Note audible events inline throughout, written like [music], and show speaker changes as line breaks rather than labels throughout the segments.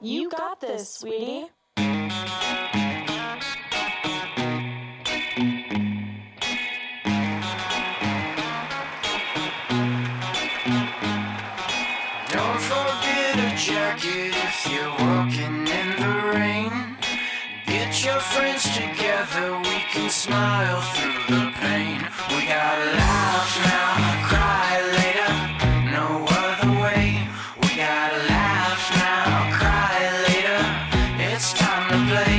You got this, sweetie.
Don't forget a jacket if you're walking in the rain. Get your friends together, we can smile through the pain. We gotta laugh now, cry later, no other way. We gotta laugh now, cry later, it's time to play.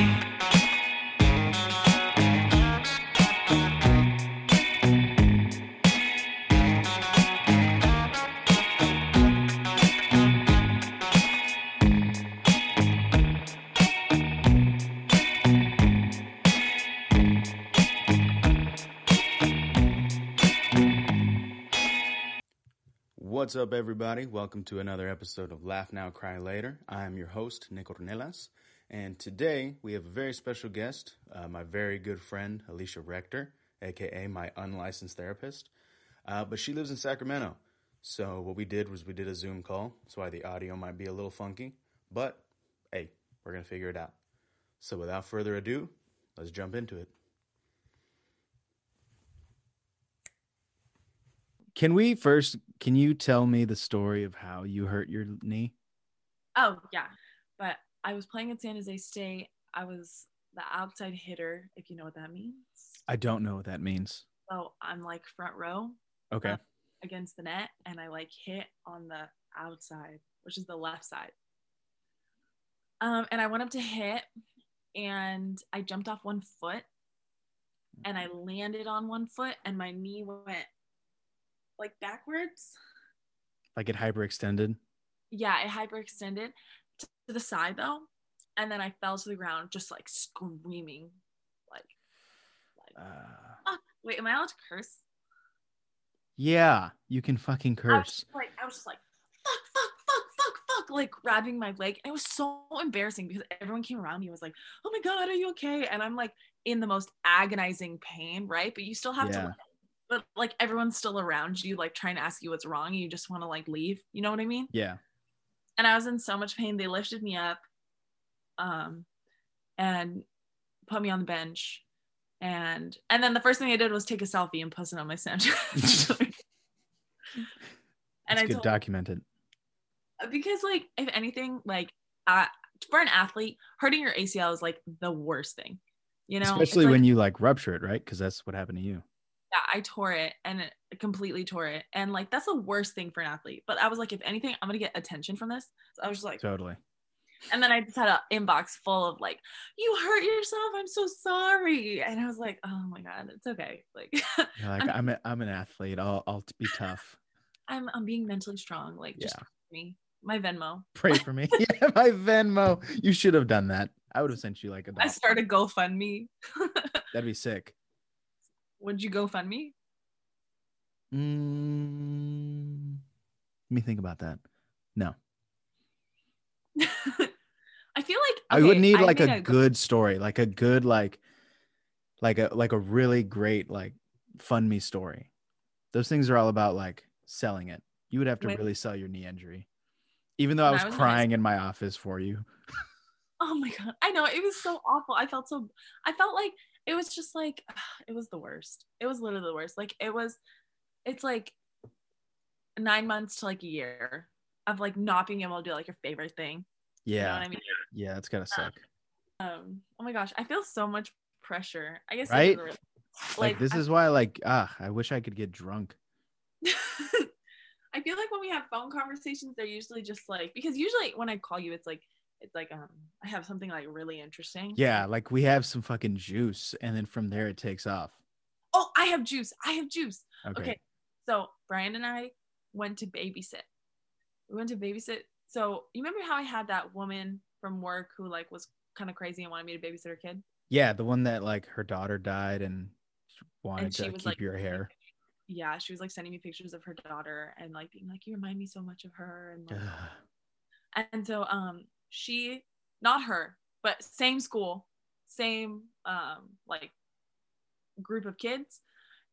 What's up, everybody? Welcome to another episode of Laugh Now, Cry Later. I am your host, Nick Ornelas, and today we have a very special guest, uh, my very good friend, Alicia Rector, aka my unlicensed therapist. Uh, but she lives in Sacramento, so what we did was we did a Zoom call. That's why the audio might be a little funky, but hey, we're gonna figure it out. So without further ado, let's jump into it.
Can we first? Can you tell me the story of how you hurt your knee?
Oh yeah, but I was playing at San Jose State. I was the outside hitter, if you know what that means.
I don't know what that means.
So I'm like front row Uh-huh.
Okay.
against the net, and I like hit on the outside, which is the left side. Um, and I went up to hit, and I jumped off one foot, and I landed on one foot, and my knee went like backwards.
Like it hyperextended.
yeah, it hyperextended t- to the side though, and then I fell to the ground just like screaming, like, like
Uh,
wait, am I allowed to curse?
yeah, you can fucking
I was
curse.
just like I was just like, fuck, fuck, fuck, fuck, fuck, like grabbing my leg, and it was so embarrassing because everyone came around me and was like, oh my god, are you okay? And I'm like in the most agonizing pain, right? But you still have
Yeah.
to. But like everyone's still around you, like trying to ask you what's wrong. And you just want to like leave. You know what I mean?
Yeah.
and I was in so much pain. They lifted me up, um, and put me on the bench, and and then the first thing I did was take a selfie and post it on my Snapchat.
[laughs]
story. and
it's
I
good
told
documented.
because like if anything, like I, for an athlete, hurting your ACL is like the worst thing. You know,
Especially when you like rupture it, right? Because that's what happened to you.
yeah, I tore it and it completely tore it, and like that's the worst thing for an athlete. But I was like, if anything, I'm gonna get attention from this. So I was just like,
Totally.
And then I just had an inbox full of like, you hurt yourself. I'm so sorry. And I was like, oh my God, it's okay. Like [laughs]
You're like I'm. A, I'm an athlete. I'll. I'll be tough.
I'm I'm being mentally strong. Like just
Yeah.
me. My Venmo.
Pray for me. [laughs] yeah, my Venmo. You should have done that. I would have sent you like a.
I
dollar.
started GoFundMe.
That'd be sick.
Would you GoFundMe? [laughs]
Mm, let me think about that. No.
I feel like
I would
okay,
need
I
like
made
a, good story, like a good like like a like a really great like fund me story. Those things are all about like selling it. You would have to
Wait.
really sell your knee injury. Even though I
When
was,
I was in high
crying in my office for you.
Oh my God. I know. It was so awful. I felt so I felt like it was just like [sighs] it was the worst. It was literally the worst. Like it was it's like nine months to like a year of like not being able to do like your favorite thing. You know
Yeah.
what I mean? Uh,
Yeah, it's gotta suck.
um oh my gosh i feel so much pressure i guess it
Right?
doesn't really-
like this
I-
is why like ah, I wish I could get drunk.
[laughs] i feel like when we have phone conversations they're usually just like because usually when i call you it's like it's like um i have something like really interesting
Yeah, like we have some fucking juice and then from there it takes off.
oh i have juice i have juice
Okay.
okay so brian and i went to babysit we went to babysit so you remember how i had that woman from work who like was kind of crazy and wanted me to babysit her kid
Yeah, the one that like her daughter died and wanted
she
to
was,
keep
like,
your
[laughs]
hair.
yeah she was like sending me pictures of her daughter and like being like you remind me so much of her and like,
Ugh.
and so um she not her but same school same um like group of kids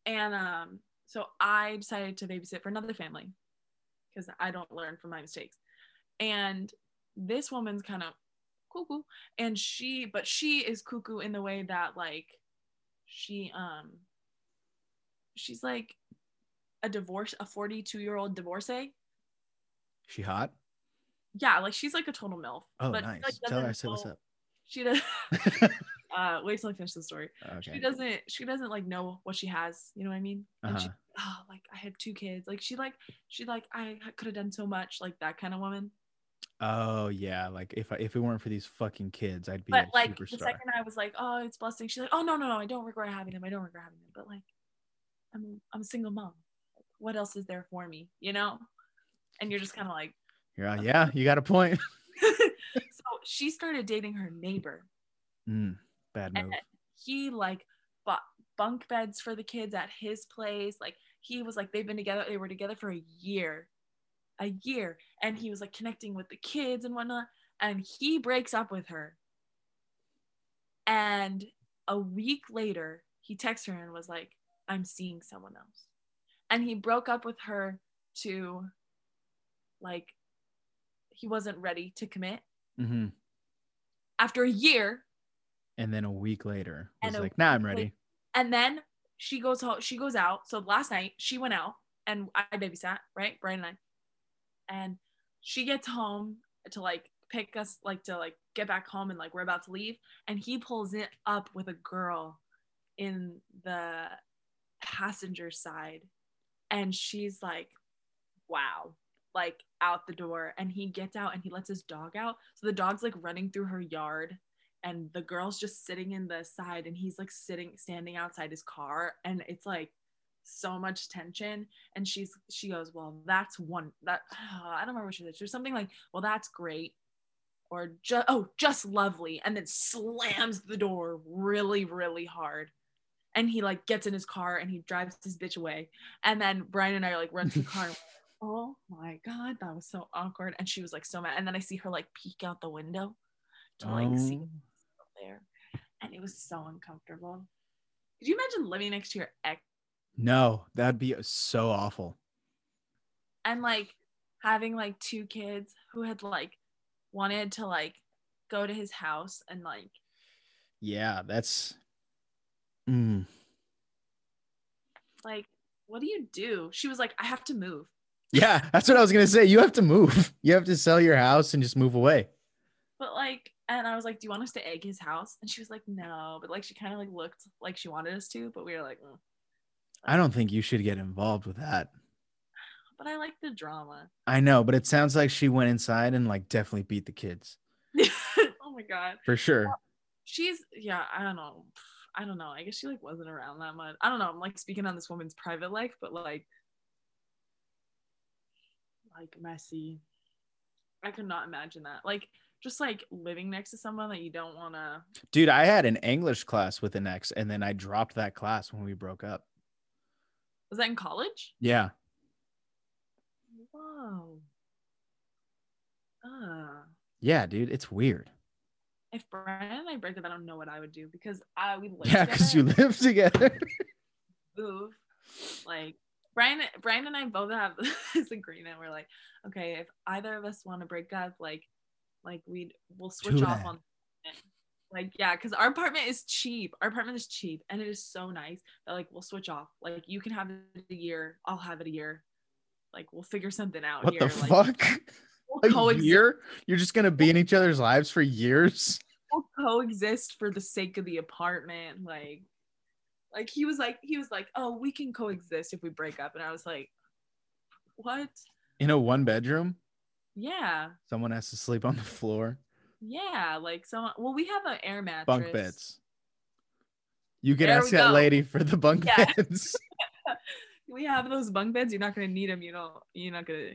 and um so i decided to babysit for another family because i don't learn from my mistakes and this woman's kind of cuckoo and she but she is cuckoo in the way that like she um she's like a divorce a 42 year old divorcee
She hot?
yeah like she's like a total milf
Oh,
but she,
nice.
like,
Tell her I
doesn't
said what's
know-
up.
[laughs] she does uh wait till i finish the story
[laughs]
she
okay.
doesn't she doesn't like know what she has you know what i mean and she,
Uh-huh.
oh like i have two kids like she like she like i could have done so much like that kind of woman
Oh yeah, like if I, if it weren't for these fucking kids, I'd be
but
a
like the
superstar.
second i was like oh it's blessing she's like oh no no no i don't regret having them i don't regret having them but like i'm i'm a single mom what else is there for me you know and you're just kind of like [laughs]
yeah, yeah, you got a point. [laughs]
so she started dating her neighbor
Mm, bad
And-
move.
he like bought bunk beds for the kids at his place. Like he was like they've been together, they were together for a year, a year, and he was like connecting with the kids and whatnot. And he breaks up with her, and a week later he texts her and was like, "I'm seeing someone else," and he broke up with her to, like, he wasn't ready to commit
hmm
after a year
And then a week later,
And
was
a
like, "Now nah, I'm
week
ready."
And then she goes home. She goes out. So last night she went out and I babysat, right? Brian and I. And she gets home to like pick us, like to like get back home and like we're about to leave. And he pulls it up with a girl in the passenger side. And she's like, wow, like out the door. And he gets out and he lets his dog out. So the dog's like running through her yard and the girl's just sitting in the side and he's like sitting standing outside his car and it's like so much tension and she's she goes well that's one that [sighs] i don't remember what she said she was something like well that's great or just oh just lovely and then slams the door really really hard and he like gets in his car and he drives this bitch away and then brian and i are like run to the car and we're like, [laughs] oh my god that was so awkward and she was like so mad and then i see her like peek out the window to like see
Oh,
there and it was so uncomfortable could you imagine living next to your ex
no, that'd be so awful.
and like having like two kids who had like wanted to like go to his house and like
Yeah, that's. Mm. [laughs]
like what do you do she was like i have to move
Yeah, that's what I was gonna say. You have to move. [laughs] You have to sell your house and just move away.
but like and i was like do you want us to egg his house and she was like no but like she kind of like looked like she wanted us to but we were like "Mm."
I don't think you should get involved with that.
but i like the drama [laughs]
I know, but it sounds like she went inside and like definitely beat the kids
oh my god
for sure.
she's yeah i don't know i don't know i guess she like wasn't around that much i don't know i'm like speaking on this woman's private life but like like messy i could not imagine that like just like living next to someone that you don't want to
Dude, I had an English class with an ex, and then I dropped that class when we broke up.
was that in college
Yeah.
whoa uh,
Yeah, dude, it's weird.
if brian and i break up i don't know what i would do because i we live
Yeah, because you
together,
live
[laughs]
together.
move like brian brian and i both have [laughs] this agreement we're like okay if either of us want to break up like like we'd we'll switch
Do
off
that.
on like yeah because our apartment is cheap our apartment is cheap and it is so nice that like we'll switch off like you can have it a year i'll have it a year like we'll figure something out
What
here
the
like
fuck?
we'll
A
coexist,
year? You're just gonna be in each other's lives for years?
we'll coexist for the sake of the apartment like like he was like he was like oh we can coexist if we break up and i was like what
[laughs] In a one bedroom?
yeah
Someone has to sleep on the floor.
Yeah, like someone. Well, we have an air mattress.
Bunk beds. You can
There
ask
we
that
go.
lady for the bunk
Yeah. [laughs]
beds. [laughs]
We have those bunk beds. You're not gonna need them. You don't. You're not gonna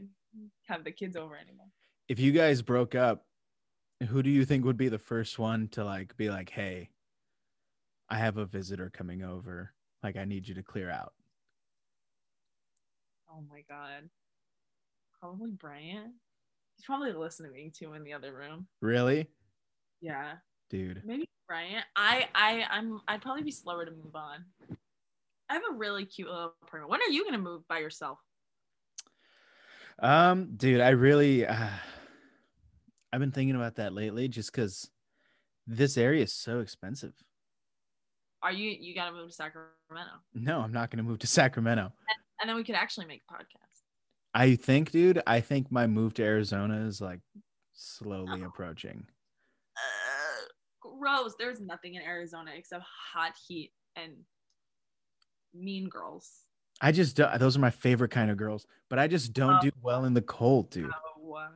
have the kids over anymore.
If you guys broke up, who do you think would be the first one to like be like, hey, I have a visitor coming over. Like I need you to clear out.
Oh my god. Probably Brian. He's probably listening to in the other room.
Really?
Yeah,
Dude.
maybe Brian. I, I, I'm. I'd probably be slower to move on. I have a really cute little apartment. When are you gonna move by yourself?
Um, dude, I really, uh, I've been thinking about that lately just because this area is so expensive. [laughs]
Are you you gotta move to Sacramento?
No, I'm not going to move to [laughs] Sacramento.
And then we could actually make a podcast.
I think, dude, I think my move to Arizona is like slowly approaching.
Ugh, gross. There's nothing in Arizona except hot heat and mean girls.
I just, do- those are my favorite kind of girls, but I just don't
Oh.
do well in the cold, dude.
Oh, uh,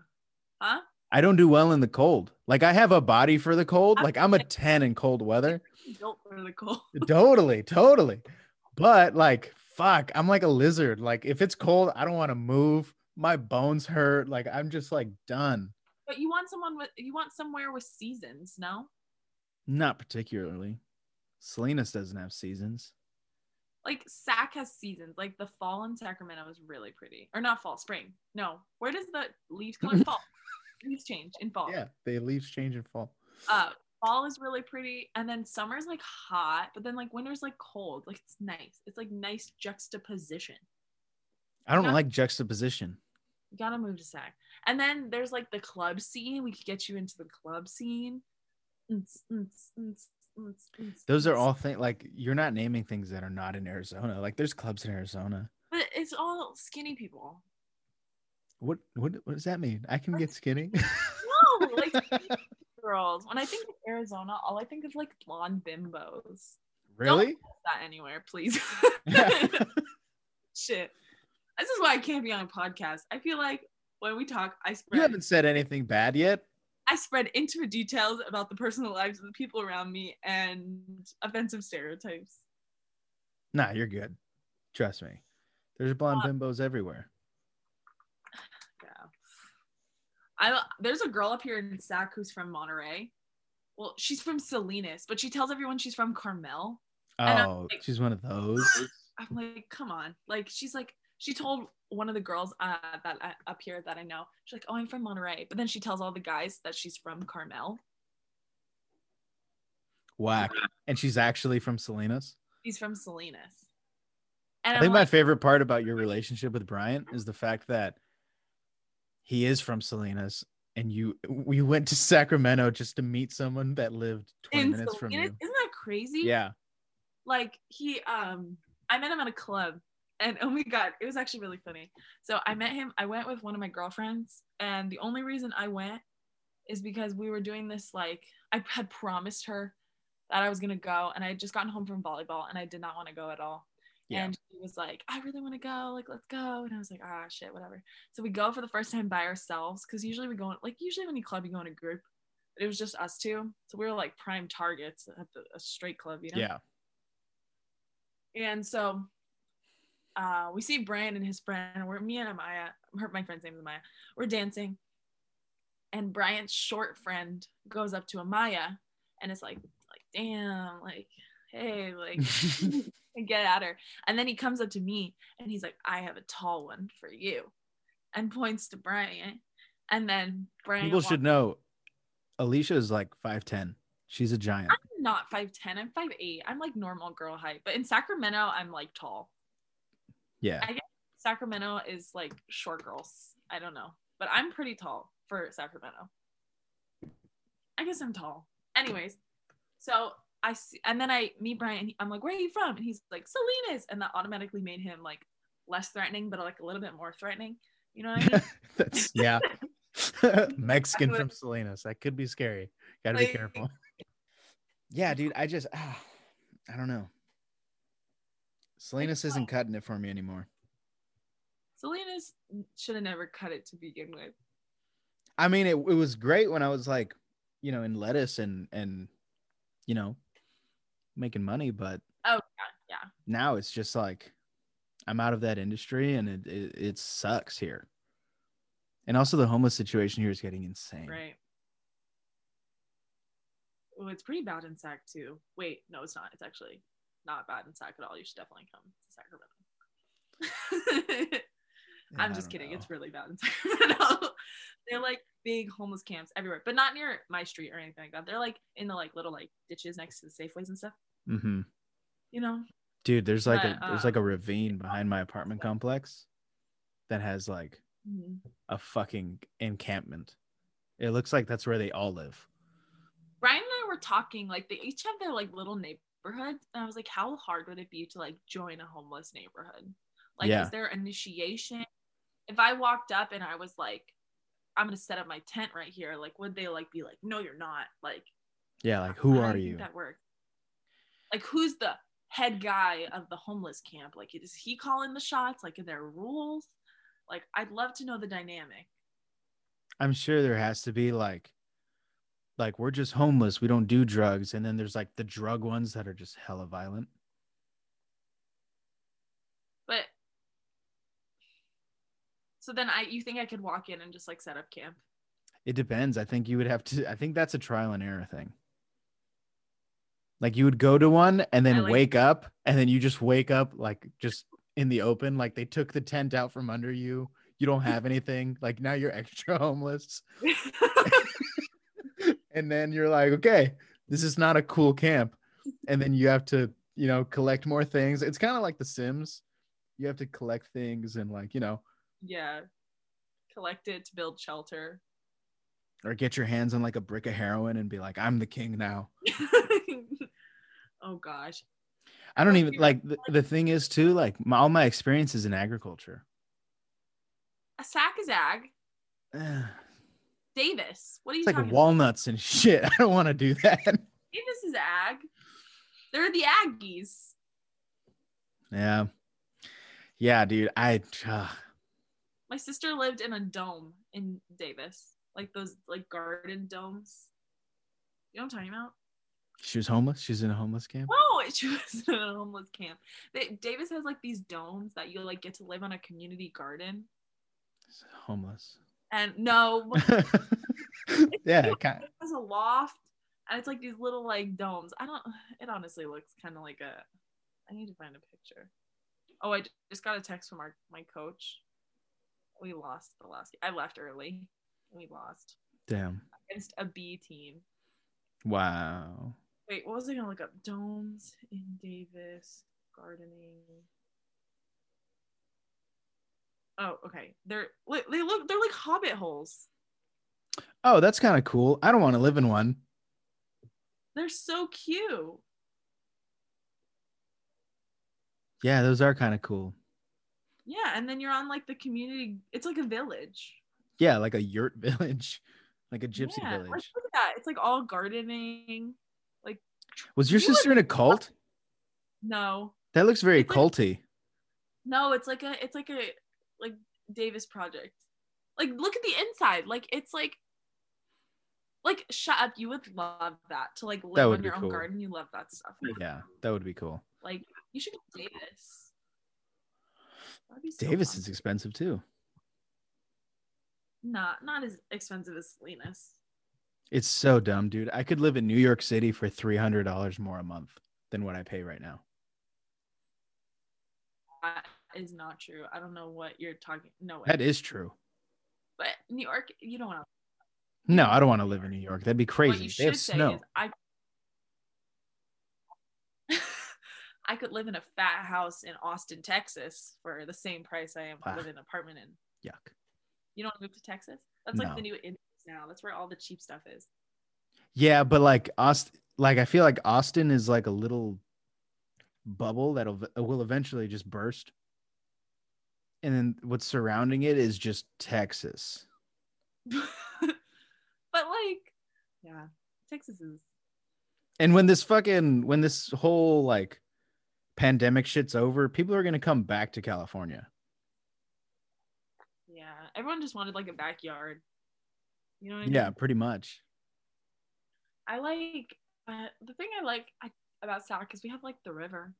huh?
I don't do well in the cold. Like I have a body for the cold. Like I'm a 10 in cold weather.
Built for the cold.
totally, totally. But like fuck, I'm like a lizard. Like if it's cold, I don't want to move. My bones hurt. Like I'm just like done.
But you want someone with you want somewhere with seasons, no?
Not particularly. Salinas doesn't have seasons.
Like Sac has seasons. Like the fall in Sacramento is really pretty, or not fall, spring. No, where does the leaves color
[laughs]
fall? Leaves change in fall.
Yeah, the leaves change in fall.
Uh, fall is really pretty, and then summer's like hot, but then like winter's like cold. Like it's nice. It's like nice juxtaposition.
I don't
Yeah.
like juxtaposition.
You gotta move to Sac. And then there's like the club scene. We could get you into the club scene. Mm-ts, mm-ts, mm-ts, mm-ts, mm-ts,
Those are
mm-ts.
all things like you're not naming things that are not in Arizona. Like there's clubs in Arizona.
But it's all skinny people.
What what what does that mean? I can get skinny. [laughs]
No, like skinny girls. When I think of Arizona, all I think of like blonde bimbos.
really?
Post That anywhere, please.
[laughs]
[laughs] Shit. This is why I can't be on a podcast. I feel like when we talk, I
You
spread
haven't said anything bad yet.
I spread intimate details about the personal lives of the people around me and offensive stereotypes.
Nah, you're good. Trust me. There's blonde bimbos everywhere.
Yeah. I there's a girl up here in Sac who's from Monterey. Well, she's from Salinas, but she tells everyone she's from Carmel. and I'm
Oh,
like-
she's one of those.
I'm like, come on. Like she's like she told one of the girls uh, that I, up here that I know. She's like, oh, I'm from Monterey, but then she tells all the guys that she's from Carmel.
Whack. And she's actually from Salinas.
She's from Salinas. And
I
I'm
think my
like,
favorite part about your relationship with Brian is the fact that he is from Salinas and you we went to Sacramento just to meet someone that lived 20
in
minutes from
Salinas,
you.
isn't that crazy?
Yeah.
like he um I met him at a club and oh my god, it was actually really funny. So I met him, I went with one of my girlfriends, and the only reason I went is because we were doing this like I had promised her that I was gonna go and I had just gotten home from volleyball and I did not want to go at all.
Yeah.
And she was like, I really want to go, like let's go. And I was like, ah shit, whatever. So we go for the first time by ourselves because usually we go in, like usually when you club you go in a group. But it was just us two. So we were like prime targets at the, a straight club, you know?
Yeah.
And so uh, we see Brian and his friend. We're me and Amaya. Her, my friend's name is Amaya. We're dancing, and Brian's short friend goes up to Amaya and is like, like, damn, like, hey,
[laughs]
like, [laughs] and get at her. And then he comes up to me and he's like, I have a tall one for you, and points to Brian. And then Brian
People
walks-
should know Alicia is like 5'10. She's a giant.
I'm not 5'10, I'm 5'8. I'm like normal girl height, but in Sacramento, I'm like tall.
Yeah.
Sacramento is like short girls. I don't know, but I'm pretty tall for Sacramento. I guess I'm tall. Anyways, so I see, and then I meet Brian. And he- I'm like, "Where are you from?" And he's like, "Salinas," and that automatically made him like less threatening, but like a little bit more threatening. You know what I mean?
[laughs] That's yeah. Mexican
I would-
from Salinas. That could be scary. Gotta be
Like-
careful. [laughs] Yeah, dude. I just ah, I don't know. Salinas isn't cutting it for me anymore.
Salinas should have never cut it to begin with.
I mean, it, it was great when I was like, you know, in lettuce and and you know, making money, but
Oh, yeah, yeah.
now it's just like I'm out of that industry and it it, it sucks here. And also the homeless situation here is getting insane.
Right. Well, it's pretty bad in SAC too. Wait, no, it's not. It's actually not bad in SAC at all. You should definitely come to Sacramento. [laughs]
And
I'm
I
just
don't
kidding.
know.
It's really bad in [laughs] Sacramento. They're like big homeless camps everywhere, but not near my street or anything like that. They're like in the like little like ditches next to the Safeways and stuff.
Mhm.
You know,
dude there's like
But,
a there's like a
um,
ravine behind my apartment complex that has like
Mhm.
a fucking encampment It looks like that's where they all live.
Brian and I were talking, like they each have their like little neighborhoods, and I was like, how hard would it be to like join a homeless neighborhood? Like,
Yeah.
is there initiation? If I walked up and I was like, I'm gonna set up my tent right here, like would they like be like, no, you're not? Like,
Yeah, like who
I don't
are
think
you?
That works. Like, who's the head guy of the homeless camp? Like, is he calling the shots? Like, are there rules? Like, I'd love to know the dynamic.
I'm sure there has to be like like we're just homeless, we don't do drugs, and then there's like the drug ones that are just hella violent.
But so then I, you think I could walk in and just like set up
[laughs]
camp?
It depends. I think you would have to I think that's a trial and error thing. Like you would go to one and
I
then
like-
wake up and then you just wake up like just in the open like they took the tent out from under you. You don't have anything. Like now you're [laughs] extra homeless. and then you're like, okay, this is not a cool camp. And then you have to, you know, collect more things. It's kind of like The Sims. You have to collect things and like, you know,
yeah, collect it to build shelter. [laughs]
or get your hands on like a brick of heroin and be like, I'm the king now.
oh gosh,
I don't
Well,
even
you're-
like the, the thing is too, like my, all my experiences in agriculture.
a sack is ag.
Eh,
Davis, what are you
It's like
talking
walnuts and [laughs] shit. I don't want to do that.
about? Davis is ag. They're the Aggies.
Yeah. Yeah, dude. I, uh,
My sister lived in a dome in Davis, like those like garden domes. You know what I'm talking about?
she was homeless. She's in a homeless camp.
No, she [laughs] was in a homeless camp. They, Davis has like these domes that you like get to live on a community garden.
Homeless.
And no, [laughs]
[laughs] yeah. Kind
it has a loft, and it's like these little like domes. I don't. [sighs] It honestly looks kind of like a. I need to find a picture. Oh, I just got a text from our my coach. We lost the last. I left early. We lost
damn.
against a B team.
Wow.
Wait, what was I gonna look up? Domes in Davis gardening. Oh, okay. They're li- they look they're like hobbit holes.
Oh, that's kind of cool. I don't want to live in one.
They're so cute.
Yeah, those are kind of cool.
Yeah, and then you're on like the community. It's like a village.
Yeah, like a yurt [laughs] village, like a gypsy
Yeah, like,
village.
look at that. It's like all gardening.
Was your
you
sister in a cult?
No,
That looks very
It's like- [laughs]
culty.
no. It's like a it's like a like Davis project. Like look at the inside. Like it's like like shut up. You would love that to like live
would
on
be
your own
cool.
garden. You love that stuff.
Yeah, that would be cool.
Like you should go Davis. That'd be so
Davis
fun.
is expensive too.
not not as expensive as Salinas.
It's so dumb, dude. I could live in New York City for three hundred dollars more a month than what I pay right now.
That is not true. I don't know what you're talking. No way.
That is true.
but New York, you don't want to.
No, I don't want to live in New York. That'd be
What you
crazy. They
should
have
say
snow.
is I [laughs] I could live in a fat house in Austin, Texas for the same price I am
Ah.
live in an apartment in.
Yuck.
You don't move to Texas? That's like
No.
the new Indies now. That's where all the cheap stuff is. [laughs]
Yeah, but like Austin, like I feel like Austin is like a little bubble that'll uh, will eventually just burst, and then what's surrounding it is just Texas.
but like, yeah, Texas is
And when this fucking when this whole like pandemic shit's over, people are gonna come back to California.
yeah. Everyone just wanted like a backyard. You know what I mean?
Yeah, pretty much.
I like uh, the thing I like I, about Sac is we have like the river.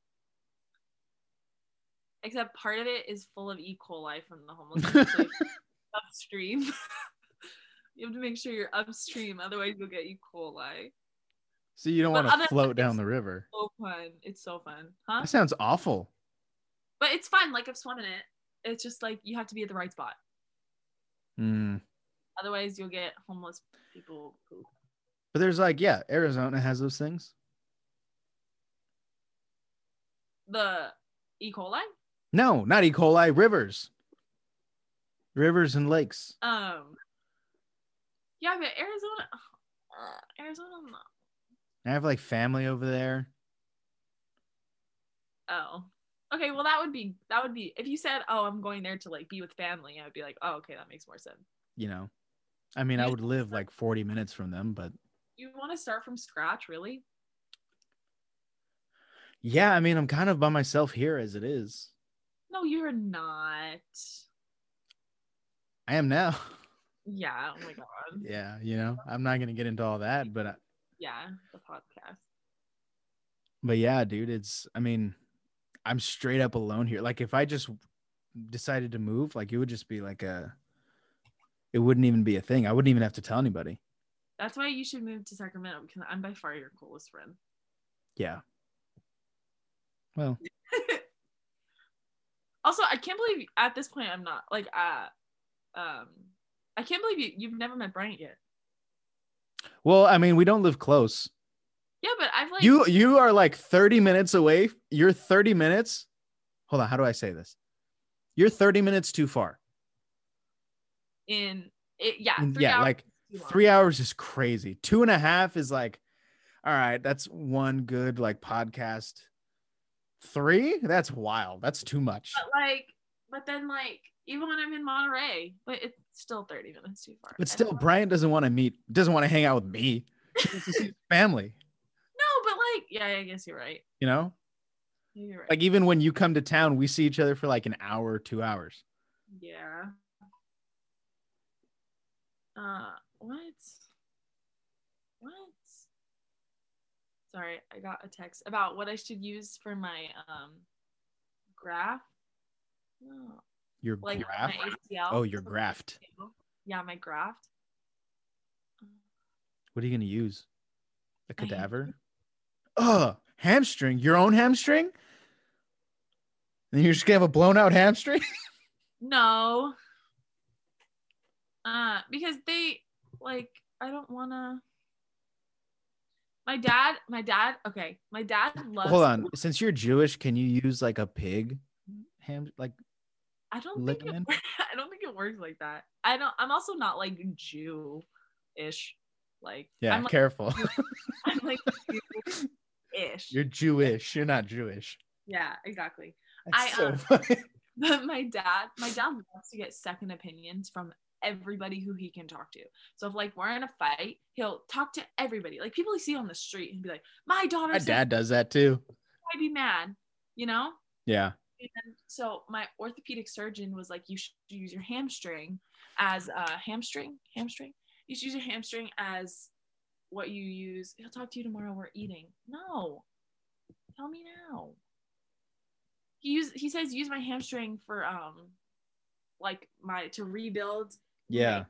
Except part of it is full of E. coli from the homeless. people, so you have to be upstream. [laughs] you have to make sure you're upstream, otherwise you'll get E. coli.
So you don't
But
want to
other-
float down the
[laughs]
river.
So fun. It's so fun, huh?
That sounds awful.
But it's fun. Like I've swum in it. It's just like you have to be at the right spot,
Hmm.
otherwise you'll get homeless people. Poop.
But there's like, yeah, Arizona has those things.
The E. coli.
No, not E. coli, rivers. Rivers and lakes.
Um, Yeah, but Arizona, [sighs] uh, Arizona. no.
I have like family over there.
Oh, okay. Well, that would be that would be if you said, "Oh, I'm going there to like be with family," I would be like, "Oh, okay, that makes more sense."
You know, I mean, I
Yeah.
would live like 40 minutes from them, but
You want to start from scratch, really?
yeah, I mean, I'm kind of by myself here as it is.
No, you're not.
I am now. [laughs]
Yeah. Oh my god.
yeah, you know, I'm not gonna get into all that, but I,
Yeah, the podcast.
but yeah, dude, it's. I mean, I'm straight up alone here. Like, if I just decided to move, like, it would just be like a. It wouldn't even be a thing. I wouldn't even have to tell anybody.
That's why you should move to Sacramento because I'm by far your coolest friend. [laughs]
Yeah. Well,
also, I can't believe at this point I'm not like uh um I can't believe you you've never met Bryant yet.
well, I mean, we don't live close.
Yeah, but I've like
you you are like 30 minutes away you're 30 minutes hold on how do i say this you're 30 minutes too far
in it, yeah
And
three
yeah,
hours
like,
is too long.
three hours is crazy two and a half is like all right that's one good like podcast three that's wild that's too much
But like, but then like even when I'm in Monterey, but it's still 30 minutes too far.
but
I
still
don't-
brian doesn't want to meet doesn't want to hang out with me He wants to see his family
no, but like yeah, I guess you're right.
you know
You're right.
like even when you come to town we see each other for like an hour two hours
yeah. Uh, what? What? Sorry, I got a text about what I should use for my um graph. No,
your
like
graph
my ACL.
oh your graft
Yeah, my graft.
What are you gonna use? A
My hamstring.
cadaver? Ugh, hamstring. Your own hamstring? Then you're just gonna have a blown out hamstring?
No. Uh, because they like I don't wanna. My dad, my dad. Okay, my dad loves.
Hold on. Since you're Jewish, can you use like a pig ham? Like,
I don't think it,
ligament?
wor- [laughs] I don't think it works like that. I don't. I'm also not like Jew-ish. Like
yeah,
I'm like,
careful.
I'm like
[laughs]
Jew-ish.
you're Jewish. You're not Jewish.
Yeah, exactly.
That's
I,
so
um,
[laughs] funny.
[laughs] But my dad, my dad loves to get second opinions from everybody who he can talk to. So if like we're in a fight, he'll talk to everybody, like people he see on the street, and be like, "My daughter
My
said
dad does that too.
I'd be mad," you know.
Yeah.
And so my orthopedic surgeon was like, "You should use your hamstring as a hamstring, hamstring. You should use your hamstring as what you use." He'll talk to you tomorrow. We're eating. No, tell me now. He use he says use my hamstring for um, like my to rebuild.
Yeah.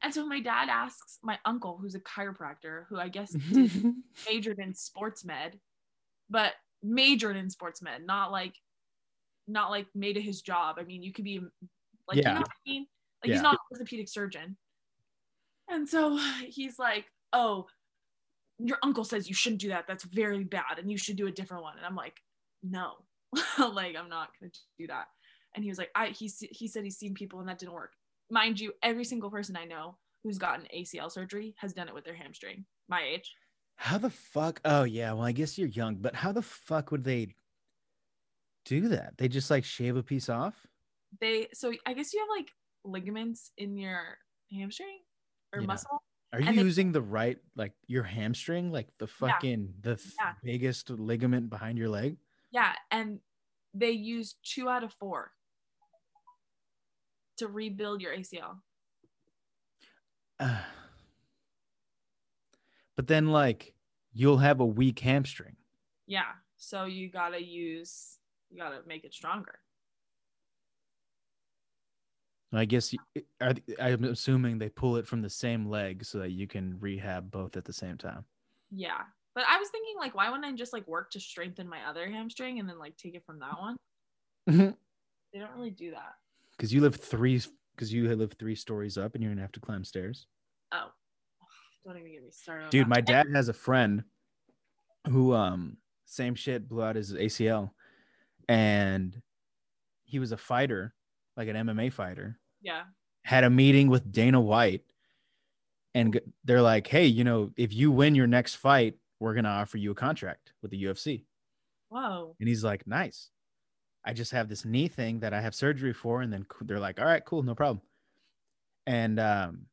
And so my dad asks my uncle, who's a chiropractor, who
[laughs]
I guess [laughs] majored in sports med, but majored in sports med, not like, not like made it his job. I mean, you could be like, you
Yeah.
know what I mean? Like
Yeah.
he's not an orthopedic surgeon. And so he's like, oh, your uncle says you shouldn't do that. That's very bad. And you should do a different one. And I'm like, no, [laughs] like I'm not going to do that. And he was like, I, he, s- he said he's seen people and that didn't work. Mind you, every single person I know who's gotten ACL surgery has done it with their hamstring, my age.
how the fuck? Oh, yeah. Well, I guess you're young, but how the fuck would they do that? They just like shave a piece off?
they so I guess you have like ligaments in your hamstring or
Yeah.
muscle.
Are you
And they-
using the right, like your hamstring, like the fucking the th-
Yeah.
biggest ligament behind your leg?
Yeah, and they use two out of four to rebuild your ACL.
[sighs] Ah. but then, like, you'll have a weak hamstring.
Yeah, so you gotta use you gotta make it stronger.
I guess you, are, th- I'm assuming they pull it from the same leg so that you can rehab both at the same time.
Yeah, but I was thinking like, why wouldn't I just like work to strengthen my other hamstring and then like take it from that one?
Mhm.
they don't really do that.
Because you live three, because you live three stories up, and you're gonna have to climb stairs.
Oh, [sighs] don't even get me started. on
dude
that.
my dad has a friend who um same shit blew out his acl and he was a fighter like an mma fighter
Yeah,
had a meeting with dana white and g- they're like, "Hey, you know, if you win your next fight, we're gonna offer you a contract with the UFC."
Whoa.
And he's like, "Nice. I just have this knee thing that I have surgery for." And then c- they're like, "All right, cool, no problem." And um,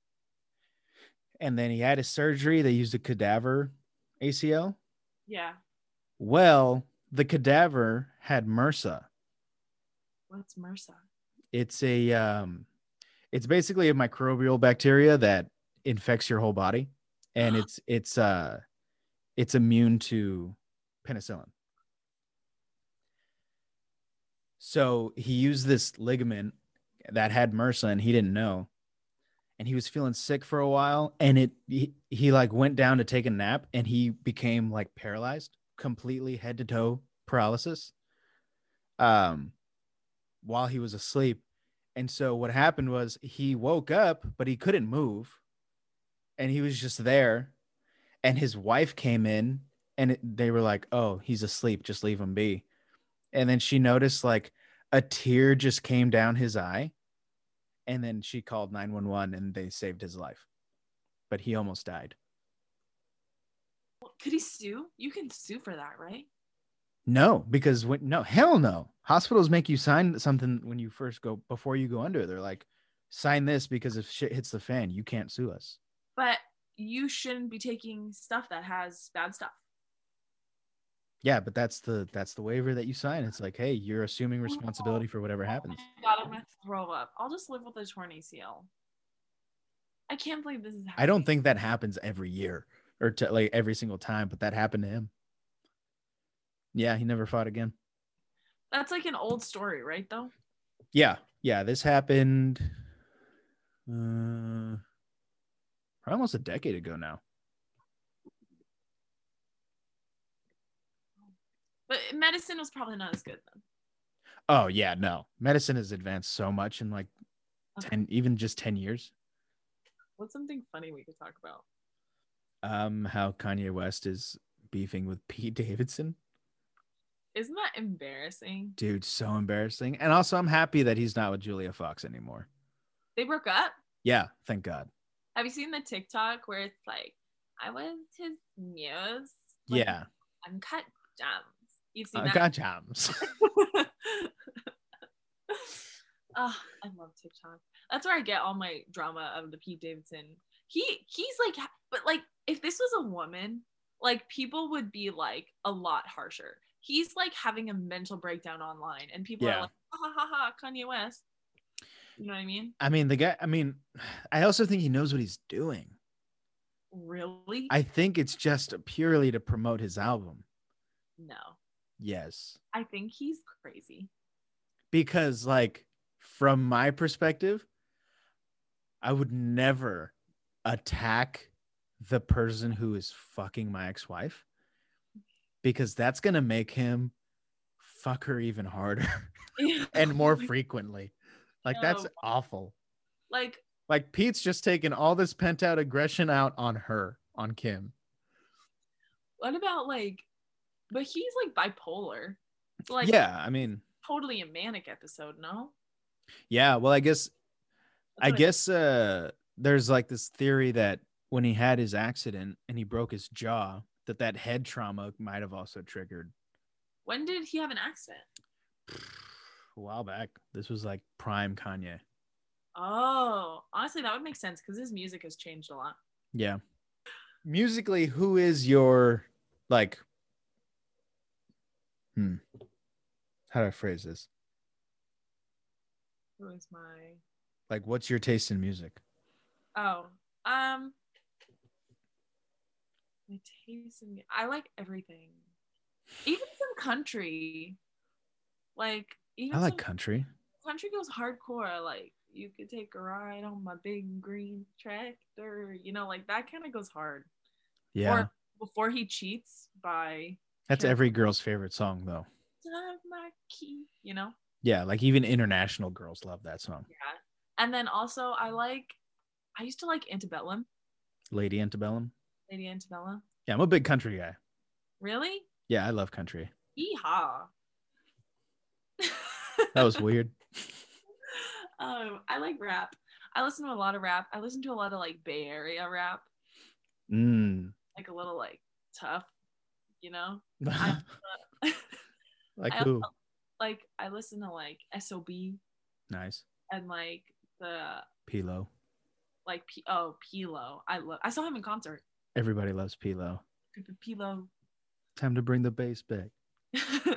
and then he had his surgery. They used a cadaver ACL.
Yeah.
Well, the cadaver had MRSA.
What's MRSA?
It's a um, it's basically a microbial bacteria that infects your whole body, and it's it's uh, it's immune to penicillin. So he used this ligament that had MRSA, and he didn't know, and he was feeling sick for a while, and it he, he like went down to take a nap, and he became like paralyzed, completely head to toe paralysis. Um, while he was asleep. And so what happened was he woke up, but he couldn't move. And he was just there. And his wife came in and it, they were like, oh, he's asleep. Just leave him be. And then she noticed like a tear just came down his eye. And then she called 911 and they saved his life. But he almost died.
Well, Could he sue? You can sue for that, right?
No, because when no, hell no. Hospitals make you sign something when you first go before you go under. They're like, sign this because if shit hits the fan, you can't sue us.
But you shouldn't be taking stuff that has bad stuff.
Yeah, but that's the that's the waiver that you sign. It's like, hey, you're assuming responsibility for whatever happens.
Oh my God, I'm gonna throw up. I'll just live with a torn ACL. I can't believe this is happening.
I don't think that happens every year or to, like every single time, but that happened to him. Yeah, he never fought again.
that's like an old story, right? Though.
Yeah, yeah, this happened uh, probably almost a decade ago now.
But medicine was probably not as good then.
Oh yeah, no. Medicine has advanced so much in like
Okay.
ten, even just ten years.
What's something funny we could talk about?
Um, how Kanye West is beefing with [laughs] Pete Davidson,
Isn't that embarrassing?
dude, so embarrassing. And also, I'm happy that he's not with Julia Fox anymore.
They broke up.
Yeah, thank God.
Have you seen the TikTok where it's like, I was his muse. like,
yeah,
Uncut gems. You've seen
uh,
that?
God jams.
oh, I love TikTok. That's where I get all my drama of the Pete Davidson. He he's like, but like if this was a woman, like people would be like a lot harsher. He's like having a mental breakdown online, and people
Yeah.
are like, ha ha ha, ha, Kanye West. You know what I mean?
[laughs] I mean, the guy. I mean, [sighs] I also think he knows what he's doing.
Really?
I think it's just purely to promote his album.
no.
Yes,
I think he's crazy.
because like from my perspective i would never attack the person who is fucking my ex-wife because that's going to make him fuck her even harder [laughs] and more frequently like that's
No.
awful
[laughs] like
like pete's just taking all this pent out aggression out on her on kim
what about like? But he's like bipolar. So, like
yeah i mean
totally a manic episode, no?
yeah well i guess I
That's what
guess uh, there's like this theory that when he had his accident and he broke his jaw, that that head trauma might have also triggered
When did he have an accident?
a while back. This was like prime Kanye.
Oh, honestly, that would make sense because his music has changed a lot.
Yeah. Musically, who is your like? Hmm. How do I phrase this?
Who is my?
Like, what's your taste in music?
Oh, um, my taste in I like everything, even some country. Like even
I like
some
country.
country goes hardcore. Like you could take a ride on my big green tractor. You know, like that kind of goes hard.
Yeah,
Or before he cheats by
that's
sure.
every girl's favorite song, though.
Doug Marquis, you know.
Yeah, like even international girls love that song.
Yeah. And then also I like I used to like Antebellum,
Lady Antebellum.
Lady Antebellum.
Yeah, I'm a big country guy.
Really?
Yeah, I love country.
Yeehaw. [laughs]
That was weird.
um, I like rap. I listen to a lot of rap. I listen to a lot of like Bay Area rap,
Mm.
like a little like tough, you know. [laughs]
[laughs] like
I
who?
also- like I listen to like SOB
Nice.
and like the
Pilo.
like P- oh Pilo. I love. I saw him in concert.
Everybody loves Pilo.
P- P- Pilo.
Time to bring the bass
[laughs]
back.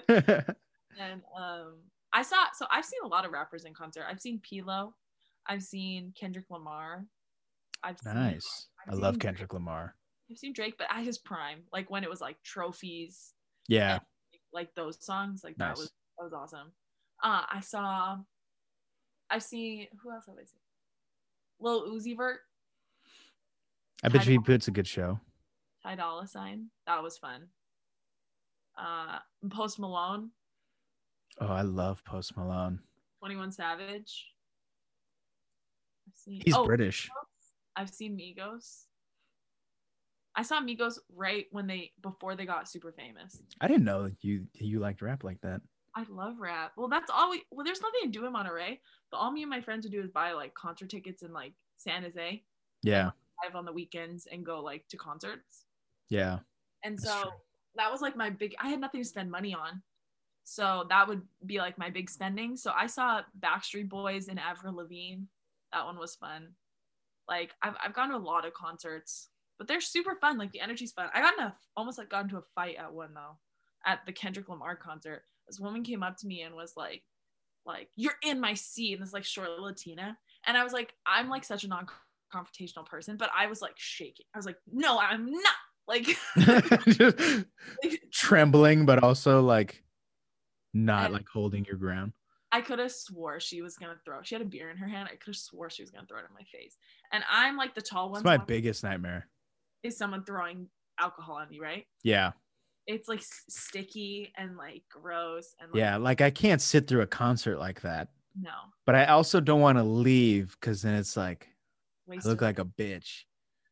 and um, I saw. So I've seen a lot of rappers in concert. I've seen Pilo. I've seen Kendrick Lamar. I've seen,
nice. I
I've
love
seen-
Kendrick Lamar.
I've seen Drake, but at his prime, like when it was like trophies,
Yeah.
like those songs, like
Nice.
that was that was awesome. Uh, I saw. I've seen who else have I seen? Lil Uzi Vert,
I bet
I
you he puts a good show.
Ty Dolla Sign. That was fun. Uh, Post Malone,
Oh, I love Post Malone.
Twenty One Savage. I've seen.
He's
oh,
British.
I've seen Migos. I saw Migos right when they before they got super famous.
I didn't know you you liked rap like that.
I love rap. Well, that's all we. Well, there's nothing to do in Monterey, but all me and my friends would do is buy like concert tickets in like San Jose
Yeah.
live on the weekends and go like to concerts.
Yeah.
And
That's
so
true.
that was like my big. I had nothing to spend money on, so that would be like my big spending. So I saw Backstreet Boys and Avril Lavigne. That one was fun. Like I've I've gone to a lot of concerts, but they're super fun. Like the energy's fun. I got in a almost like got into a fight at one though, at the Kendrick Lamar concert. This woman came up to me and was like, like you're in my seat, and this like short Latina, and I was like, I'm like such a non confrontational person, but I was like shaking. I was like, no, I'm not. Like [laughs]
[laughs] Just trembling, but also like not
I-
like holding your ground.
I could have swore she was gonna throw. She had a beer in her hand. I could have swore she was gonna throw it in my face. And I'm like the tall one.
It's my
so I'm-
biggest nightmare.
Is someone throwing alcohol on you? Right?
Yeah.
It's like s- sticky and like gross and like,
Yeah. Like I can't sit through a concert like that.
No,
But I also don't want to leave because then it's like I
waste
look like a bitch.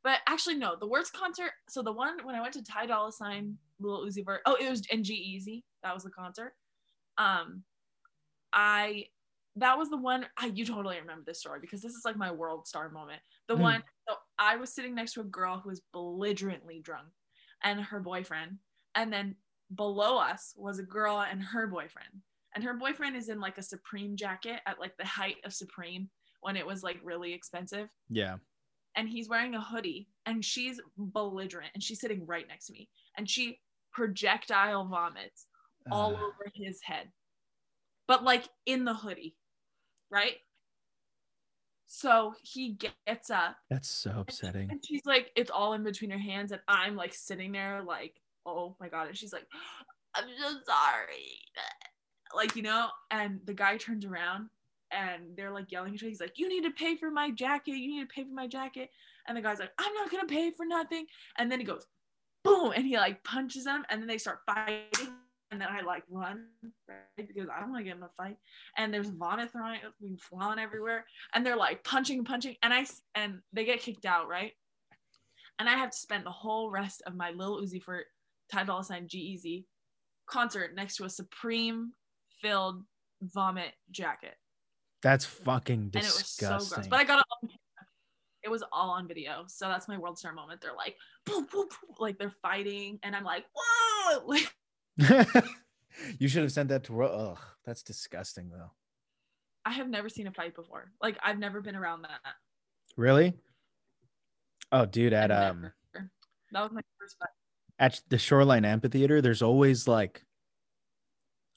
But actually, no. The worst concert. So the one when I went to Ty Dolla Sign, Lil Uzi Vert. Oh, it was and G Easy. That was the concert. Um, I that was the one. I you totally remember this story because this is like my world star moment. The
Hmm.
one. So I was sitting next to a girl who was belligerently drunk, and her boyfriend. And then below us was a girl and her boyfriend. And her boyfriend is in like a Supreme jacket at like the height of Supreme when it was like really expensive
Yeah.
and he's wearing a hoodie and she's belligerent and she's sitting right next to me and she projectile vomits all
Uh,
over his head but like in the hoodie right so he gets up
that's so upsetting.
and she's like it's all in between her hands and i'm like sitting there like oh my god and she's like [gasps] i'm so sorry [sighs] like you know and the guy turns around and they're like yelling at each other he's like you need to pay for my jacket you need to pay for my jacket and the guy's like i'm not gonna pay for nothing and then he goes boom and he like punches them and then they start fighting and then i like run right because i don't want to get in a fight and there's vomit throwing flying everywhere and they're like punching punching and i s- and they get kicked out right and i have to spend the whole rest of my lil uzi for ty dolla sign g-eazy concert next to a supreme filled vomit jacket
That's fucking
and it was
disgusting.
so gross but i got it all on camera. it was all on video so that's my world star moment they're like "Boo, boo, boo," like they're fighting and i'm like whoa [laughs] like,
[laughs] you should have sent that to Ro- Ugh, that's disgusting though.
i have never seen a fight before like i've never been around that
Really? Oh, dude, at
I've
um
never. that was my first fight
at the Shoreline Amphitheater, there's always like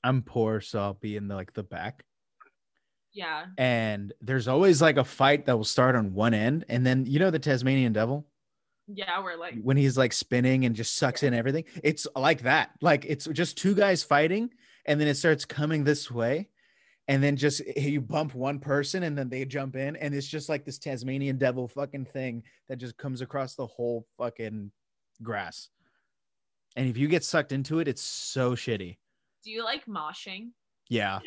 I'm poor, so I'll be in the like the back.
yeah
And there's always like a fight that will start on one end. And then you know the Tasmanian devil?
yeah we're like
When he's like spinning and just sucks in everything. It's like that. Like it's just two guys fighting, and then it starts coming this way. And then just eh, you bump one person and then they jump in, and it's just like this Tasmanian devil fucking thing that just comes across the whole fucking grass. And if you get sucked into it, it's so shitty.
do you like moshing
Yeah,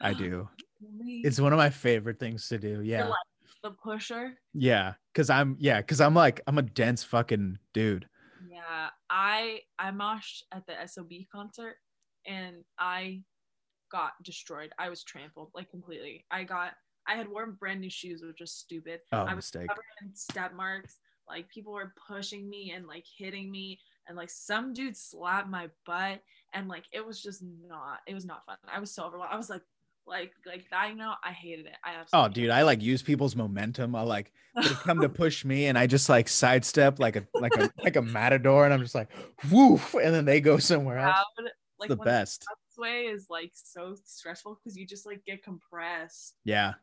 I
[gasps]
do.
it's
It's one of my favorite things to do. Yeah.
like- the pusher
Yeah. Cause I'm, yeah. Cause I'm like, I'm a dense fucking dude.
yeah i i moshed at the sob concert and i got destroyed i was trampled like completely i got I had worn brand new shoes, which was stupid.
Oh,
I was
mistake.
covered in step marks. Like people were pushing me and like hitting me, and like some dude slapped my butt, and like it was just not. It was not fun. I was so overwhelmed. I was like, like, like that. Now I hated it. I
Oh,
absolutely.
dude, I like use people's momentum. I like they come to push me, and I just like sidestep like a like a like a matador, and I'm just like woof, and then they go somewhere else.
[laughs] crowd.
It's
Like
the
when
best.
This way is like so stressful because you just like get compressed,
Yeah,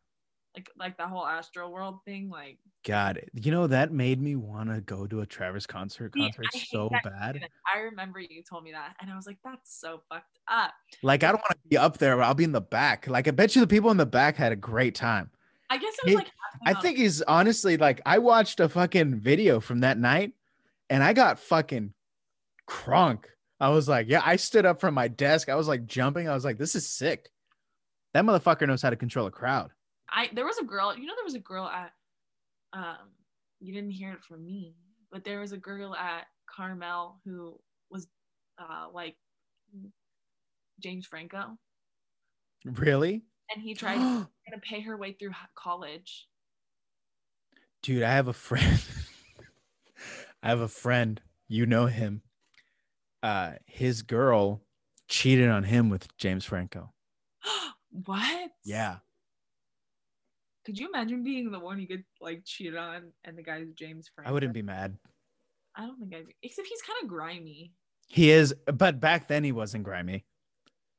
like like the whole astral world thing. Like
God, you know that made me want to go to a Travis concert
See,
concert
I hate
so
that
bad.
I remember you told me that, and I was like, that's so fucked up.
Like I don't want to be up there, but I'll be in the back. Like I bet you the people in the back had a great time.
I guess it
Hey,
was like half
I
an hour.
think he's honestly like I watched a fucking video from that night and I got fucking crunk. I was like, yeah, I stood up from my desk. I was like jumping. I was like, this is sick. That motherfucker knows how to control a crowd.
I there was a girl, you know, there was a girl at um you didn't hear it from me, but there was a girl at Carmel who was uh like James Franco
Really?
and [gasps]
[gasps]
he tried to kinda pay her way through h- college. [gasps]
Dude, I have a friend. [laughs] I have a friend. You know him. Uh his girl cheated on him with James Franco.
what?
Yeah.
Could you imagine being the one you get like cheated on and the guy's James Franco?
I wouldn't be mad.
I don't think I'd be except he's kind of grimy.
He is, but back then he wasn't grimy.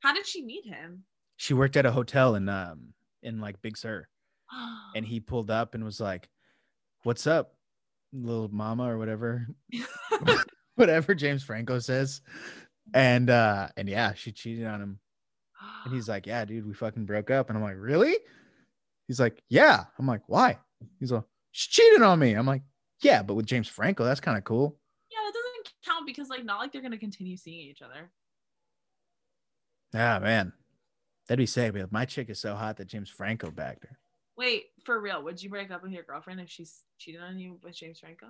How did she meet him? [gasps]
she worked at a hotel in um in like Big Sur, and he pulled up and was like, "What's up, little mama or whatever, [laughs] whatever James Franco says," and uh and yeah, she cheated on him, and he's like, "Yeah, dude, we fucking broke up," and I'm like, "Really?" He's like, "Yeah," I'm like, "Why?" He's like, "She cheated on me," I'm like, "Yeah, but with James Franco, that's kind of cool."
Yeah, that doesn't count because like not like they're gonna continue seeing each other.
Ah man, that'd be sick. But my chick is so hot that James Franco bagged her.
Wait, for real, would you break up with your girlfriend if she's cheating on you with James Franco?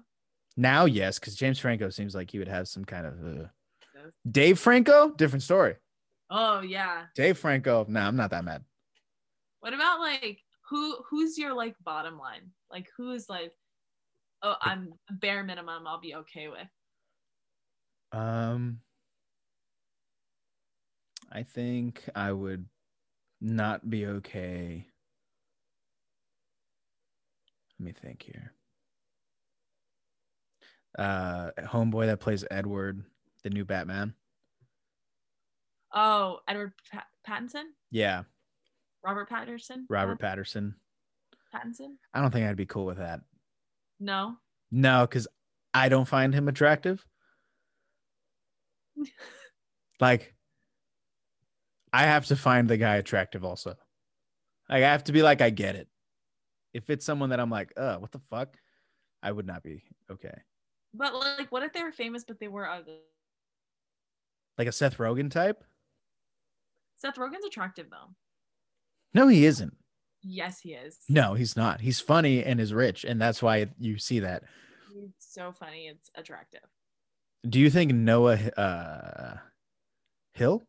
Now, yes, because James Franco seems like he would have some kind of. Uh...
Yeah.
Dave Franco, different story.
Oh yeah.
Dave Franco, nah, I'm not that mad.
What about like who who's your like bottom line? Like who is like oh I'm bare minimum I'll be okay with.
Um, I think I would not be okay. Let me think here. Uh, homeboy that plays Edward, the new Batman.
Oh, Edward Pat- Pattinson?
Yeah,
Robert Patterson?
Robert Patterson.
Pat- Pattinson?
I don't think I'd be cool with that.
No.
No, because I don't find him attractive. like, I have to find the guy attractive also. Like, I have to be like, I get it. If it's someone that I'm like, uh, what the fuck? I would not be okay.
But like what if they were famous but they were ugly?
Like a Seth Rogen type?
Seth Rogen's attractive though.
No, he isn't.
Yes, he is.
No, he's not. He's funny and is rich, and that's why you see that.
He's so funny, it's attractive.
Do you think Noah uh, Hill?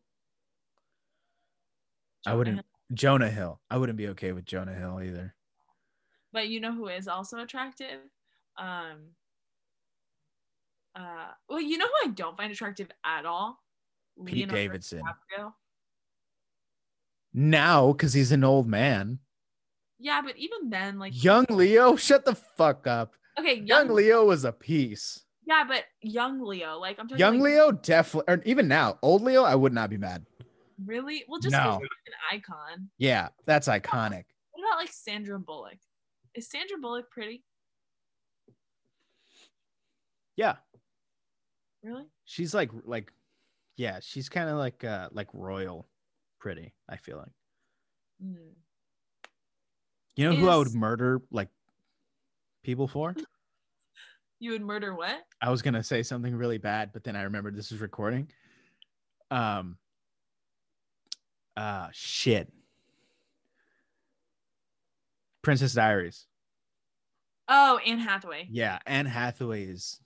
I
Jonah
wouldn't.
Hill.
Jonah Hill. I wouldn't be okay with Jonah Hill either.
But you know who is also attractive? Um uh well, you know who I don't find attractive at all?
Pete Davidson.
DiCaprio.
Now, because he's an old man.
Yeah, but even then, like
Young Leo, shut the fuck up.
okay,
Young
young,
Leo was a piece.
yeah, but young Leo, like I'm talking
Young
like,
Leo, definitely, or even now, old Leo, I would not be mad.
really? Well, just
No.
'cause he's an icon.
Yeah, that's iconic.
What about like Sandra Bullock? Is Sandra Bullock pretty?
Yeah,
Really?
she's like, like, yeah, she's kind of like, uh, like royal, pretty. I feel like.
Hmm.
You know who I would
Is-
murder like people for?
You would murder what?
I was gonna say something really bad, but then I remembered this is recording. Um. Uh shit. Princess Diaries.
Oh, Anne Hathaway.
Yeah, Anne Hathaway is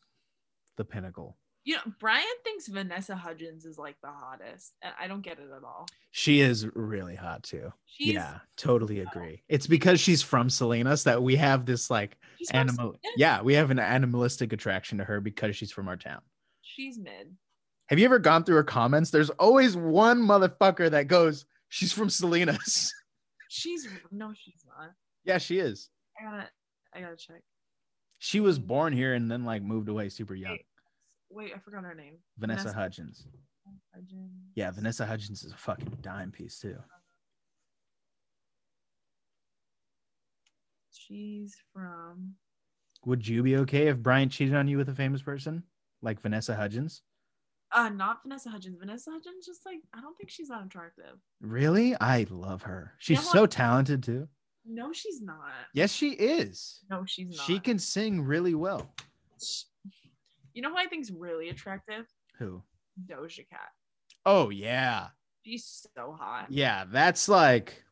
the pinnacle.
You know, Brian thinks Vanessa Hudgens is like the hottest, and I don't get it at all.
She is really hot too.
She's,
yeah, totally agree. It's because she's from Salinas that we have this like
she's from
animal.
Salinas.
Yeah, we have an animalistic attraction to her because she's from our town.
[laughs] she's mid.
Have you ever gone through her comments? There's always one motherfucker that goes, "She's from Salinas."
She's no, she's not.
yeah, she is.
I gotta, I gotta check.
She was born here and then like moved away super young.
Wait, I forgot her name.
Vanessa,
Vanessa.
Hudgens.
Hudgens.
Yeah, Vanessa Hudgens is a fucking dime piece too.
She's from.
Would you be okay if Brian cheated on you with a famous person like Vanessa Hudgens?
Uh, not Vanessa Hudgens. Vanessa Hudgens just like I don't think she's that attractive.
Really? I love her. She's
Yeah, well-
so talented too.
No, she's not.
Yes, she is.
No, she's not.
She can sing really well.
You know who I think's really attractive?
Who?
Doja Cat.
Oh yeah.
She's so hot.
Yeah, that's like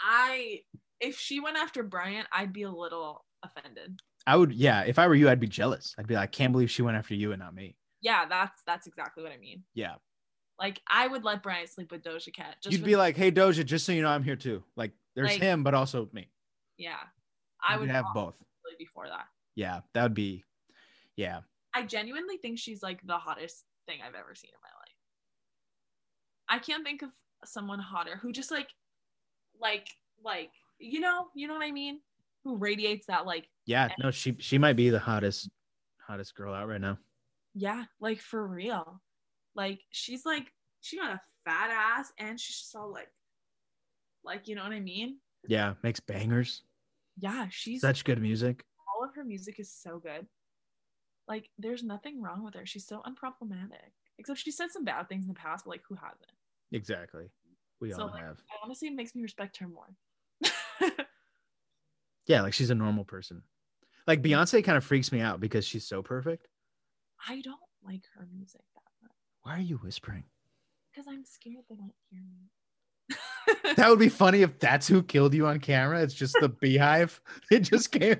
I if she went after Bryant, I'd be a little offended.
I would yeah, if I were you I'd be jealous. I'd be like I can't believe she went after you and not me.
Yeah, that's that's exactly what I mean.
Yeah.
Like I would let Bryant sleep with Doja Cat.
You'd
for
be
the-
like, "Hey Doja, just so you know I'm here too." Like there's
Like-
him but also me.
yeah. I
You
would
could
have
have both.
before that.
Yeah, that would be Yeah.
I genuinely think she's like the hottest thing I've ever seen in my life. I can't think of someone hotter who just like, like, like you know, you know what I mean? Who radiates that like,
Yeah, no, she she might be the hottest hottest girl out right now.
yeah, like for real. Like she's like she got a fat ass and she's just all like, like you know what I mean?
Yeah, makes bangers.
Yeah, she's
Such good music.
all of her music is so good. Like there's nothing wrong with her. She's so unproblematic. Except she said some bad things in the past, but like who hasn't?
Exactly. We
So,
all
like-
have.
I honestly it makes me respect her more. [laughs]
Yeah, like she's a normal person. Like Beyonce kind of freaks me out because she's so perfect.
I don't like her music that much
Why are you whispering? [laughs]
because I'm scared they won't hear me. [laughs]
That would be funny if that's who killed you on camera. It's just the beehive. [laughs] It just came.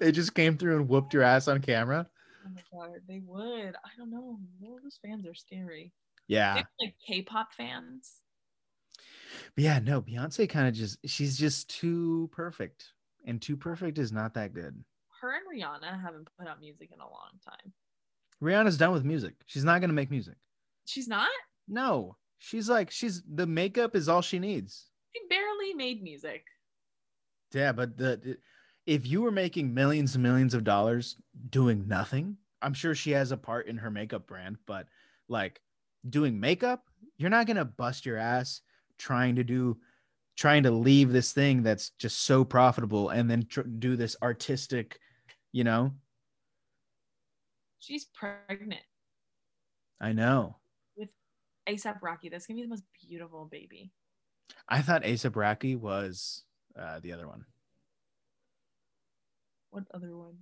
They just came through and whooped your ass on camera.
oh my god, they would. I don't know. Those fans are scary.
Yeah.
They're like K-pop fans.
But yeah, no, Beyonce kind of just she's just too perfect. And too perfect is not that good.
Her and Rihanna haven't put out music in a long time.
Rihanna's done with music. She's not gonna make music.
She's not.
No. She's like, she's the makeup is all she needs.
She barely made music.
Yeah, but the the- if you were making millions and millions of dollars doing nothing, I'm sure she has a part in her makeup brand, but like doing makeup, you're not gonna bust your ass trying to do trying to leave this thing that's just so profitable and then tr- do this artistic, you know.
She's pregnant
I know.
with ASAP Rocky. That's gonna be the most beautiful baby.
I thought ASAP Rocky was uh, the other one.
What other one?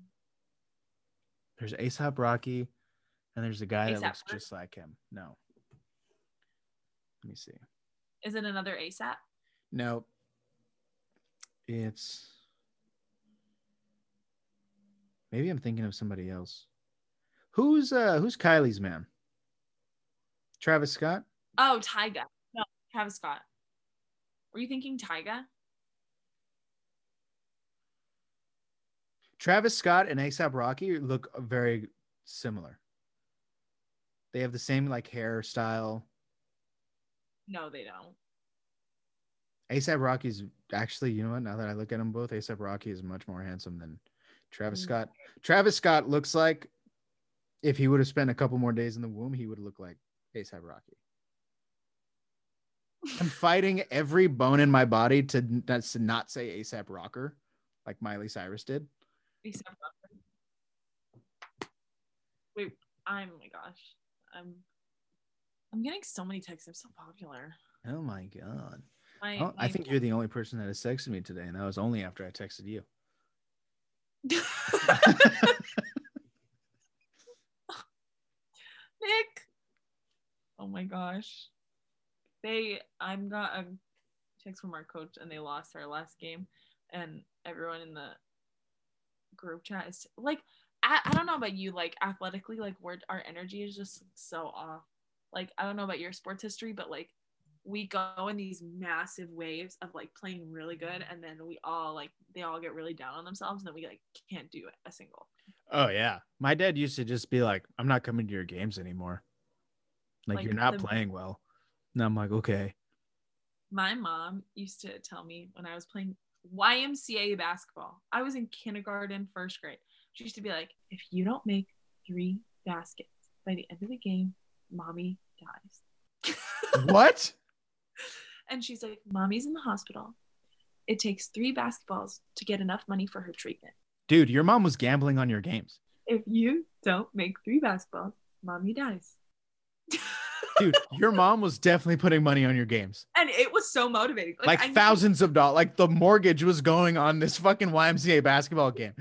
There's ASAP Rocky, and there's a guy that
A$AP
looks
Ferg?
just like him. No. Let me see.
Is it another ASAP?
No. It's maybe I'm thinking of somebody else. Who's uh who's Kylie's man? Travis Scott?
Oh, Tyga. No, Travis Scott. Were you thinking Tyga?
Travis Scott and ASAP Rocky look very similar. They have the same like hairstyle.
No, they don't.
ASAP Rocky's actually, you know what? Now that I look at them both, ASAP Rocky is much more handsome than Travis
Mm.
Scott. Travis Scott looks like if he would have spent a couple more days in the womb, he would look like ASAP Rocky. I'm fighting every bone in my body to, n- that's to not say ASAP Rocker, like Miley Cyrus did.
ASAP Rocky. Wait, I'm oh my gosh. I'm I'm getting so many texts. I'm so popular.
Oh my god!
My,
Oh, I
my-
think you're the only person that has texted me today, and that was only after I texted [laughs] you.
Nick, [laughs] oh my gosh, they I'm got a text from our coach and they lost our last game, and everyone in the group chat is like, I, I don't know about you, like athletically, like we're our energy is just so off. Like I don't know about your sports history, but like we go in these massive waves of like playing really good, and then we all like they all get really down on themselves, and then we like can't do a single.
Oh yeah. My dad used to just be like, I'm not coming to your games anymore. Like,
Like,
you're not
the-
playing well. And I'm like,
[laughs]
okay.
My mom used to tell me when I was playing YMCA basketball, I was in kindergarten, first grade. She used to be like, if you don't make three baskets by the end of the game, mommy dies.
what?
And she's like, Mommy's in the hospital. It takes three basketballs to get enough money for her treatment.
Dude, your mom was gambling on your games.
If you don't make three basketballs, mommy dies. [laughs]
Dude, your mom was definitely putting money on your games.
and it was so motivating.
Like
I knew-
thousands of dollars. Like the mortgage was going on this fucking YMCA basketball
[laughs]
game.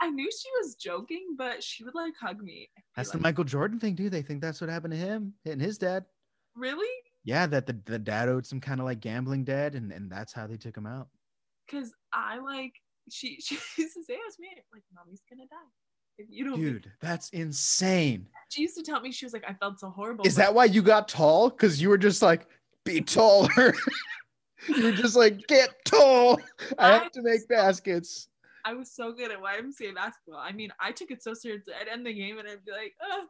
I knew she was joking, but she would like hug me. and be
That's the
like,
Michael Jordan thing, dude. They think that's what happened to him and his dad.
Really?
Yeah, that the, the dad owed some kind of like gambling debt, and, and that's how they took him out.
Because I like, she, [laughs] she used to say it was me, like, Mommy's gonna die. If you don't,
Dude, that's insane.
she used to tell me, she was like, I felt so horrible.
Is
but-
that why you got tall? Because you were just like, be taller. [laughs] you were just like, get tall. I have to make baskets.
I was so good at YMCA basketball. I mean, I took it so seriously. I'd end the game and I'd be like, oh,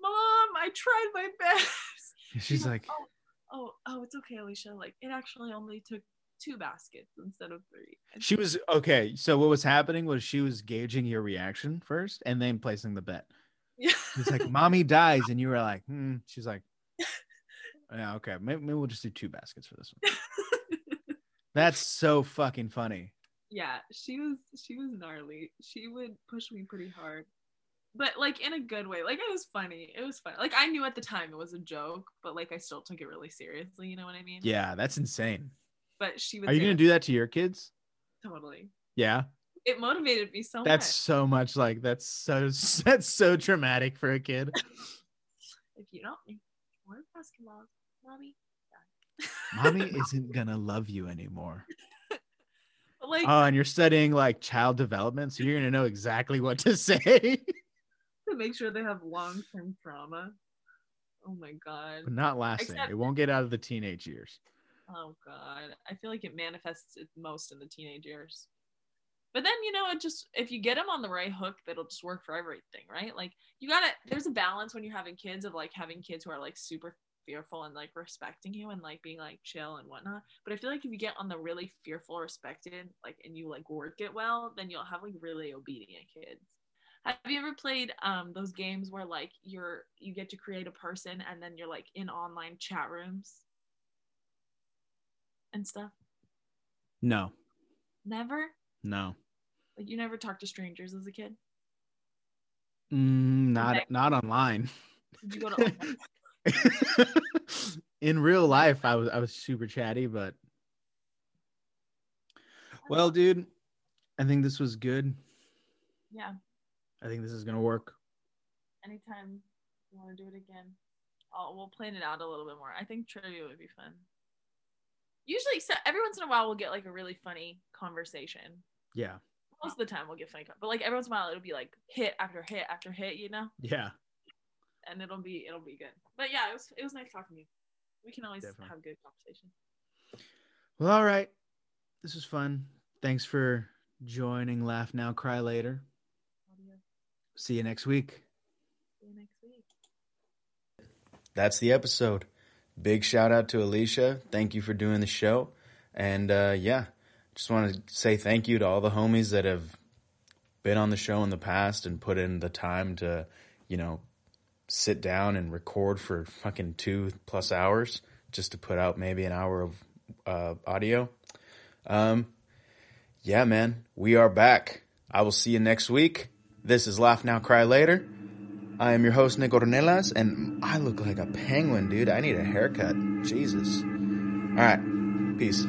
"Mom, I tried my best." [laughs]
She's like,
"Oh, oh, oh, it's okay, Alicia. Like, it actually only took two baskets instead of three. And
she was okay. So what was happening was she was gauging your reaction first and then placing the bet.
yeah,
It's like, mommy dies. And you were like, hmm. She's like, yeah, okay. May- Maybe, we'll just do two baskets for this one. That's so fucking funny.
yeah, she was, she was gnarly. She would push me pretty hard, but like in a good way. Like it was funny. It was funny. Like I knew at the time it was a joke, but like I still took it really seriously. You know what I mean?
Yeah, that's insane.
But she would.
Are you
say,
going to do that to your kids?
totally?
Yeah.
It motivated me so
That's
much.
so much like that's so [laughs] that's so traumatic for a kid.
if you don't make more basketball,
[laughs]
mommy.
Mommy isn't gonna love you anymore.
like
Oh, and you're studying like child development, so you're gonna know exactly what to [laughs] say,
to make sure they have long term trauma. Oh my god.
but not lasting.
Except-
It won't get out of the teenage years.
Oh god. I feel like it manifests it most in the teenage years. But then you know it just if you get them on the right hook, that'll just work for everything, right? Like you gotta there's a balance when you're having kids of like having kids who are like super fearful and like respecting you and like being like chill and whatnot. But I feel like if you get on the really fearful, respected, like and you like work it well, then you'll have like really obedient kids. Have you ever played um those games where like you're you get to create a person and then you're like in online chat rooms and stuff?
No,
Never?
no,
Like you never talked to strangers as a kid?
Mm, not not online.
Did you go to
[laughs] In real life, I was I was super chatty, but well, dude, I think this was good.
Yeah.
I think this is gonna work.
Anytime you want to do it again. I'll, we'll plan it out a little bit more. I think trivia would be fun. Usually so every once in a while we'll get like a really funny conversation.
Yeah,
Most of the time we'll get funny, con- but like every once in a while it'll be like hit after hit after hit, you know?
yeah.
and it'll be it'll be good. But yeah, it was it was nice talking to you. We can always
Definitely.
have good conversation.
Well, all right. This was fun. Thanks for joining Laugh Now, Cry Later.
Audio.
See you next week.
See you next week.
That's the episode. Big shout out to Alicia. Thank you for doing the show. And uh, yeah, just want to say thank you to all the homies that have been on the show in the past and put in the time to, you know, sit down and record for fucking two plus hours just to put out maybe an hour of uh, audio. Um, yeah, man, we are back. I will see you next week. This is Laugh Now, Cry Later. I am your host, Nick Ornelas, and I look like a penguin, dude. I need a haircut. Jesus. All right. Peace.